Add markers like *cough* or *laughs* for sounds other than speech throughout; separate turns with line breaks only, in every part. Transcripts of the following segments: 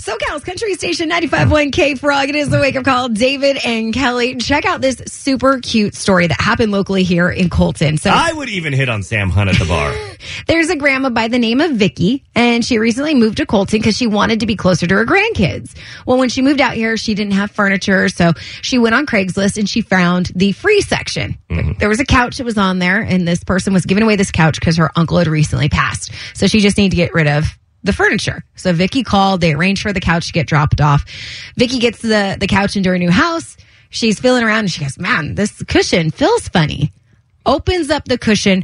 SoCal's Country Station 95.1 K Frog. It is the wake up call. David and Kelly, check out this super cute story that happened locally here in Colton. So
I would even hit on Sam Hunt at the bar.
there's a grandma by the name of Vicky, and she recently moved to Colton because she wanted to be closer to her grandkids. Well, when she moved out here, she didn't have furniture, so she went on Craigslist and she found the free section. There was a couch that was on there, and this person was giving away this couch because her uncle had recently passed. So she just needed to get rid of the furniture. So Vicky called, they arranged for the couch to get dropped off. Vicky gets the, the couch into her new house. She's feeling around and she goes, Man, this cushion feels funny. Opens up the cushion,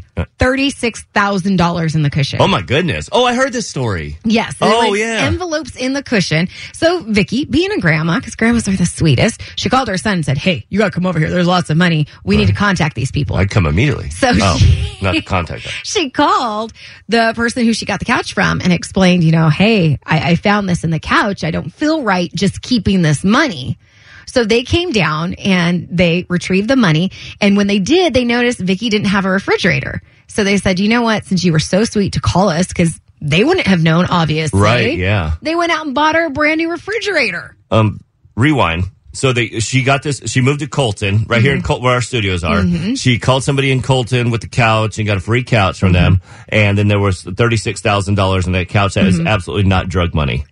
$36,000 in the cushion.
*gasps* Uh. oh my goodness. Oh, I heard this story.
Yes. there
Oh,
was
yeah.
Envelopes in the cushion. So Vicky, being a grandma, because grandmas are the sweetest, she called her son and said, "Hey, you got to come over here. There's lots of money. We need to contact these people."
I'd come immediately.
So
oh,
she-
*laughs* not contact her.
she called the person who she got the couch from and explained, you know, hey, I, I found this in the couch. I don't feel right just keeping this money. So they came down and they retrieved the money. And when they did, they noticed Vicky didn't have a refrigerator. So they said, you know what? Since you were so sweet to call us, because they wouldn't have known, obviously.
Right, yeah.
They went out and bought her a brand new refrigerator.
Um, rewind. So they, she got this. She moved to Colton, right
Mm-hmm.
here in Colton, where our studios are. She called somebody in Colton with the couch and got a free couch from them.
Mm-hmm.
And then there was thirty six thousand dollars in that couch. That is absolutely not drug money.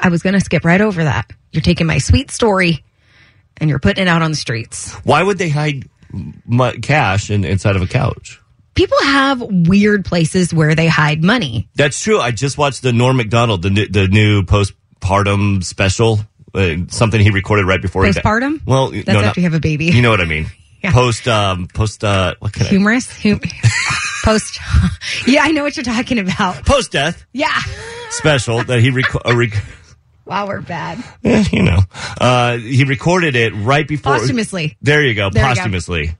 I was going to skip right over that. You're taking my sweet story and you're putting it out on the streets.
Why would they hide mu cash in, inside of a couch?
people have weird places where they hide money.
That's true. I just watched the Norm Macdonald, the new, the new postpartum special, uh, something he recorded right before he
Postpartum?
Well,
That's
no,
after
not-
you have a baby.
You know what I mean?
*laughs* Yeah.
Post, um, post, uh, what can I?
Humorous, hum- *laughs* post. *laughs* yeah, I know what you're talking about.
Post death
Yeah.
special that he rec- uh, rec- *laughs*
Wow, we're bad.
eh, you know, uh, he recorded it right before
Posthumously.
There you go,
There you go.
posthumously.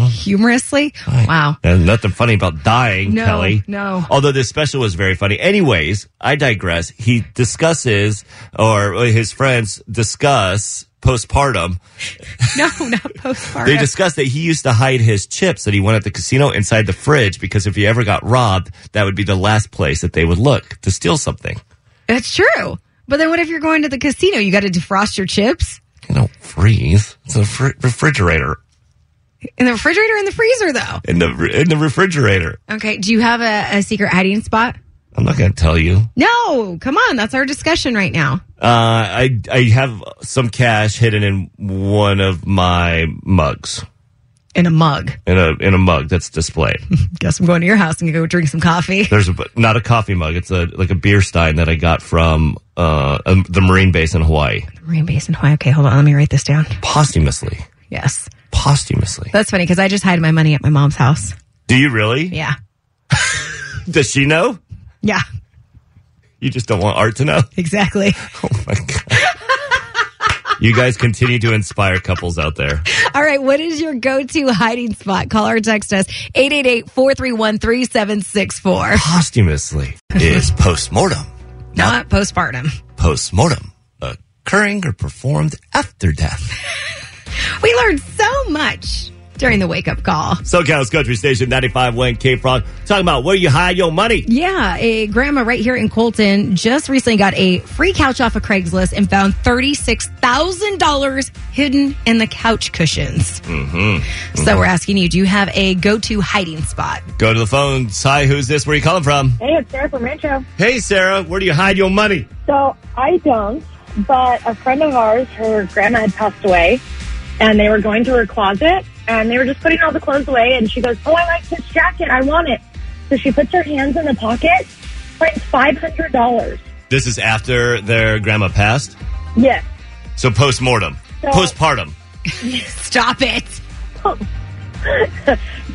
Humorously. Wow. *laughs*
There's nothing funny about dying,
No,
Kelly.
no.
Although this special was very funny. Anyways, I digress. He discusses, or his friends discuss postpartum.
No, not postpartum.
They discussed that he used to hide his chips that he won at the casino inside the fridge because if he ever got robbed, that would be the last place that they would look to steal something.
That's true. But then what if you're going to the casino? You got to defrost your chips
You don't freeze. It's a fr- refrigerator
in the refrigerator in the freezer, though.
in the in the refrigerator.
Okay. Do you have a, a secret hiding spot?
I'm not going to tell you.
No. Come on. That's our discussion right now.
Uh, I I have some cash hidden in one of my mugs
In a mug.
in a in a mug that's displayed.
Guess I'm going to your house and go drink some coffee. *laughs*
There's a, not a coffee mug. It's a like a beer stein that I got from uh, um, the Marine base in Hawaii
Marine Basin, Hawaii. Okay, hold on. Let me write this down.
posthumously.
Yes.
Posthumously.
That's funny because I just hide my money at my mom's house.
Do you really?
Yeah.
Does she know?
Yeah.
You just don't want Art to know? *laughs*
Exactly.
Oh my God. you guys continue to inspire couples out there.
*laughs* All right. What is your go to hiding spot? Call or text us 888 431 3764.
Posthumously is postmortem,
Not postpartum.
postmortem, occurring or performed after death.
We learned so much during the wake up call.
SoCal's Country Station 95.1 K Frog talking about where you hide your money.
Yeah, a grandma right here in Colton just recently got a free couch off of Craigslist and found $36,000 hidden in the couch cushions. Mm-hmm. So we're asking you, do you have a go to hiding spot? *laughs*
Go to the phones. Hi, who's this? Where you calling from?
Hey, it's Sarah from Rancho.
Hey, Sarah, where do you hide your money?
So I don't, but a friend of ours, her grandma had passed away, and they were going through her closet, and they were just putting all the clothes away, and she goes, "Oh, I like this jacket. I want it." So she puts her hands in the pocket, finds five hundred dollars.
This is after their grandma passed.
Yes.
So postmortem,
So-
postpartum.
Stop it.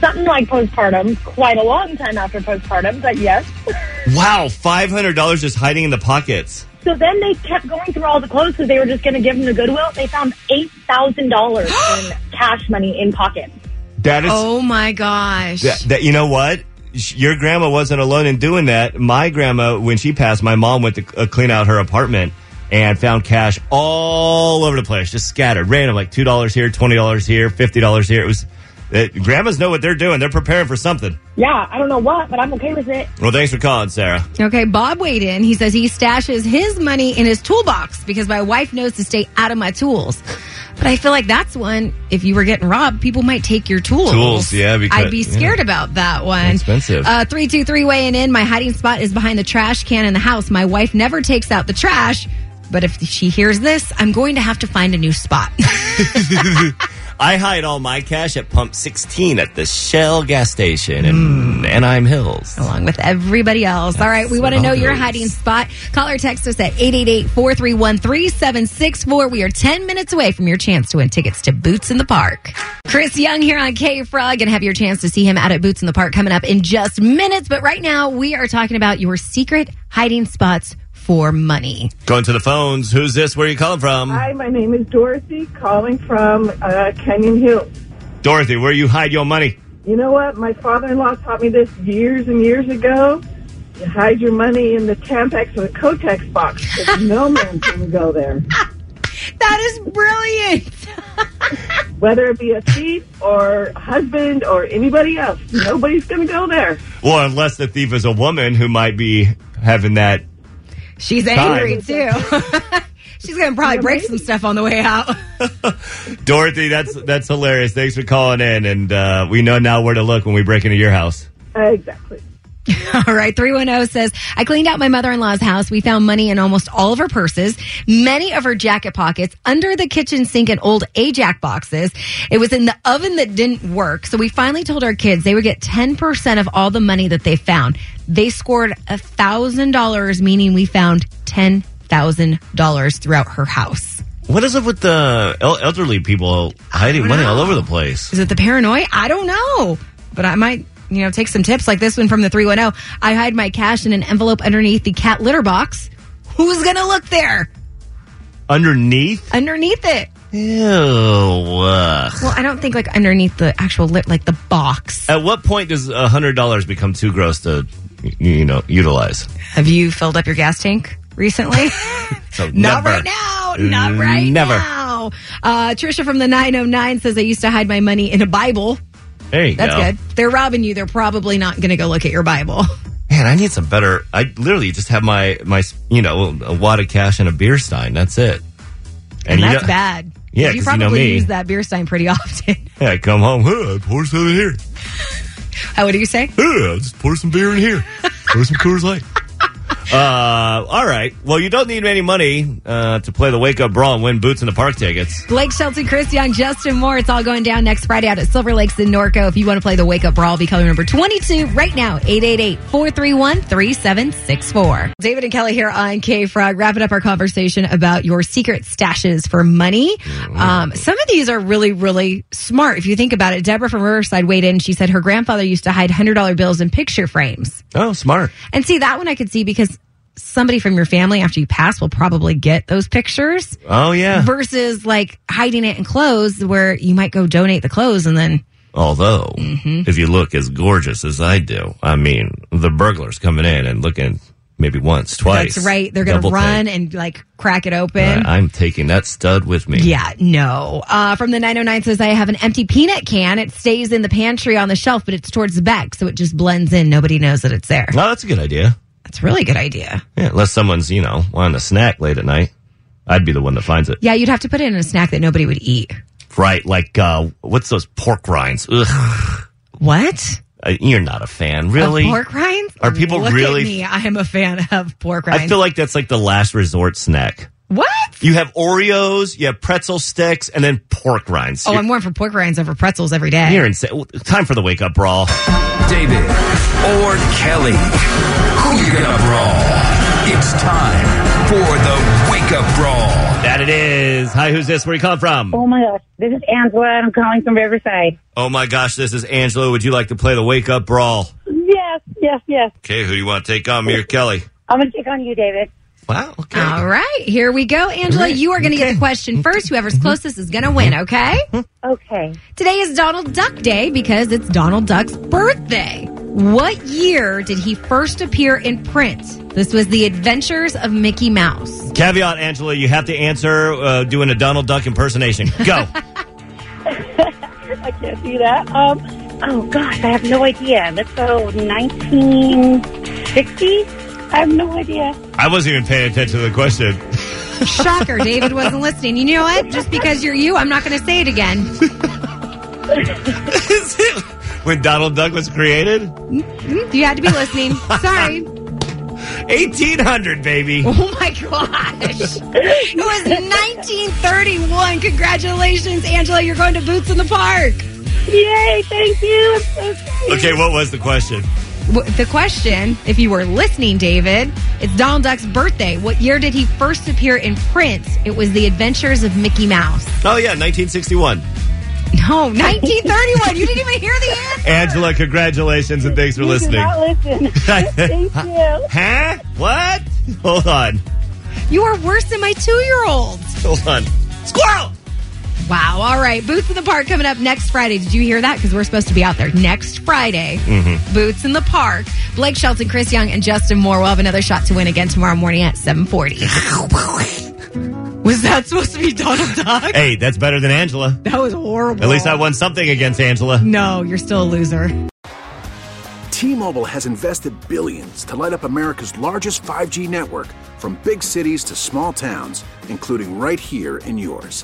Something like postpartum, quite a long time after postpartum, but yes. *laughs*
Wow, five hundred dollars just hiding in the pockets.
So then they kept going through all the clothes because they were just going to give them to Goodwill. They found eight thousand dollars in cash money in pockets.
That is
Oh my gosh.
that, that. You know what? Sh- Your grandma wasn't alone in doing that. My grandma, when she passed, my mom went to uh, clean out her apartment and found cash all over the place, just scattered, random, like two dollars here, twenty dollars here, fifty dollars here. It was. uh grandmas know what they're doing. They're preparing for something.
Yeah, I don't know what, but I'm okay with it.
Well, thanks for calling, Sarah.
Okay, Bob weighed in. He says he stashes his money in his toolbox because my wife knows to stay out of my tools. But I feel like that's one. If you were getting robbed, people might take your tools.
Tools, yeah, because-
I'd be scared about that one.
Expensive.
Uh, three two three weighing in. My hiding spot is behind the trash can in the house. My wife never takes out the trash, but if she hears this, I'm going to have to find a new spot. *laughs*
I hide all my cash at pump 16 at the Shell gas station in Anaheim Hills.
along with everybody else. All right, we want to know your
Nice.
hiding spot. Call or text us at 888-431-3764. We are 10 minutes away from your chance to win tickets to Boots in the Park. Chris Young here on K-Frog and have your chance to see him out at Boots in the Park coming up in just minutes. But right now, we are talking about your secret hiding spots for money.
Going to the phones. Who's this? Where are you calling from?
Hi, my name is Dorothy, calling from uh, Canyon Hill.
Dorothy, where you hide your money?
You know what? My father-in-law taught me this years and years ago. You hide your money in the Tampax or the Kotex box 'cause no man can go there.
That is brilliant.
Whether it be a thief or a husband or anybody else, nobody's going to go there.
Well, unless the thief is a woman who might be having that.
She's angry too. *laughs* She's going to probably break some stuff on the way out.
Dorothy, that's that's hilarious. Thanks for calling in, and uh, we know now where to look when we break into your house.
Uh, exactly.
*laughs* All right, 310 says, I cleaned out my mother in law's house. We found money in almost all of her purses, many of her jacket pockets, under the kitchen sink and old Ajax boxes. It was in the oven that didn't work. So we finally told our kids they would get 10% of all the money that they found. They scored $1,000, meaning we found $10,000 throughout her house.
What is up with the el- elderly people hiding money all over the place?
Is it the paranoia? I don't know, but I might. You know, take some tips like this one from the 310. I hide my cash in an envelope underneath the cat litter box. Who's going to look there?
Underneath?
Underneath it.
Ew. ugh.
Well, I don't think like underneath the actual lit, like the box.
At what point does a $100 become too gross to, y- you know, utilize?
Have you filled up your gas tank recently?
*laughs*
*laughs*
So
Not
never.
right now. Not right
Never.
now. Uh, Trisha from the 909 says I used to hide my money in a Bible.
There you
That's
go.
good. They're robbing you. They're probably not going to go look at your Bible.
Man, I need some better. I literally just have my my you know a wad of cash and a beer stein. That's it.
And,
you
that's
know-
bad.
Yeah,
you
'cause you know
probably
me.
use that beer stein pretty *laughs* often.
Yeah, I come home. Huh, I pour some here.
How Uh, what do you say?
Huh, I just pour some beer in here. pour some Coors Light. *laughs* Uh, all right. Well, you don't need any money uh, to play the wake up brawl and win boots in the park tickets.
Blake Shelton, Chris Young, Justin Moore. It's all going down next Friday out at Silver Lakes in Norco. If you want to play the Wake Up Brawl, be color number 22 right now, 888-431-3764. David and Kelly here on K-Frog, wrapping up our conversation about your secret stashes for money. Um, some of these are really, really smart. If you think about it, Deborah from Riverside weighed in. She said her grandfather used to hide $100 bills in picture frames.
Oh, smart.
And see, that one I could see because somebody from your family after you pass will probably get those pictures
Oh *laughs* yeah.
versus like hiding it in clothes where you might go donate the clothes and then
Although,
mm-hmm.
if you look as gorgeous as I do, I mean, the burglar's coming in and looking maybe once, twice.
That's right. They're going to
Double
run
take.
and like crack it open.
All right, I'm taking that stud with me.
Yeah, no. Uh, from the 909 says, I have an empty peanut can. It stays in the pantry on the shelf, but it's towards the back, so it just blends in. Nobody knows that it's there.
No, Oh, that's a good idea.
That's a really good idea.
Yeah, unless someone's, you know, wanting a snack late at night. I'd be the one that finds it.
Yeah, you'd have to put it in a snack that nobody would eat.
Right, like, uh, what's those pork rinds? Ugh,
What?
Uh, you're not a fan, really?
Of pork rinds?
Are people
Look
really-
At me. I am a fan of pork rinds.
I feel like that's like the last resort snack.
what?
You have Oreos, you have pretzel sticks, and then pork rinds.
Oh,
you're,
I'm more for pork rinds over pretzels every day.
you're insane. Time for the wake up brawl.
David or Kelly. Who you gonna brawl? It's time for the wake up brawl.
That it is. Hi, who's this? Where you calling from?
Oh my gosh, this is Angela, and I'm calling from Riverside.
Oh my gosh, this is Angela. Would you like to play the wake up brawl?
Yes, yes, yes.
Okay, who do you want to take on, me or Kelly?
I'm gonna take on you, David.
Wow. Okay.
All right, here we go. Angela, you are going to get the question first. Whoever's closest is going to win, okay?
Okay.
Today is Donald Duck Day because it's Donald Duck's birthday. What year did he first appear in print? This was The Adventures of Mickey Mouse.
Caveat, Angela, you have to answer uh, doing a Donald Duck impersonation. Go.
*laughs*
I can't do that. Um, oh gosh, I have no idea. Let's go 1960. I have no idea.
I wasn't even paying attention to the question.
Shocker, David wasn't listening. You know what? Just because you're you, I'm not going to say it again.
Is it when Donald Duck was created?
Mm, You had to be listening. Sorry.
1800, baby.
Oh my gosh. It was 1931. Congratulations, Angela. You're going to Boots in the Park.
Yay! Thank you. I'm so excited.
Okay, what was the question?
W- The question, if you were listening, David, it's Donald Duck's birthday. What year did he first appear in print? It was The Adventures of Mickey Mouse.
Oh, yeah, 1961.
No, 1931. you didn't even hear the *laughs* answer.
Angela, congratulations and thanks for
You do
listening.
not listen.
*laughs*
Thank you.
Huh? What? Hold on.
You are worse than my two year old.
Hold on. Squirrel!
Wow. All right. Boots in the Park coming up next Friday. Did you hear that? Because we're supposed to be out there next Friday. Boots in the Park. Blake Shelton, Chris Young, and Justin Moore will have another shot to win again tomorrow morning at *laughs* 740. Was that supposed to be Donald Duck?
Hey, that's better than Angela.
That was horrible.
At least I won something against Angela.
No, you're still a loser.
T-Mobile has invested billions to light up America's largest 5G network from big cities to small towns, including right here in yours.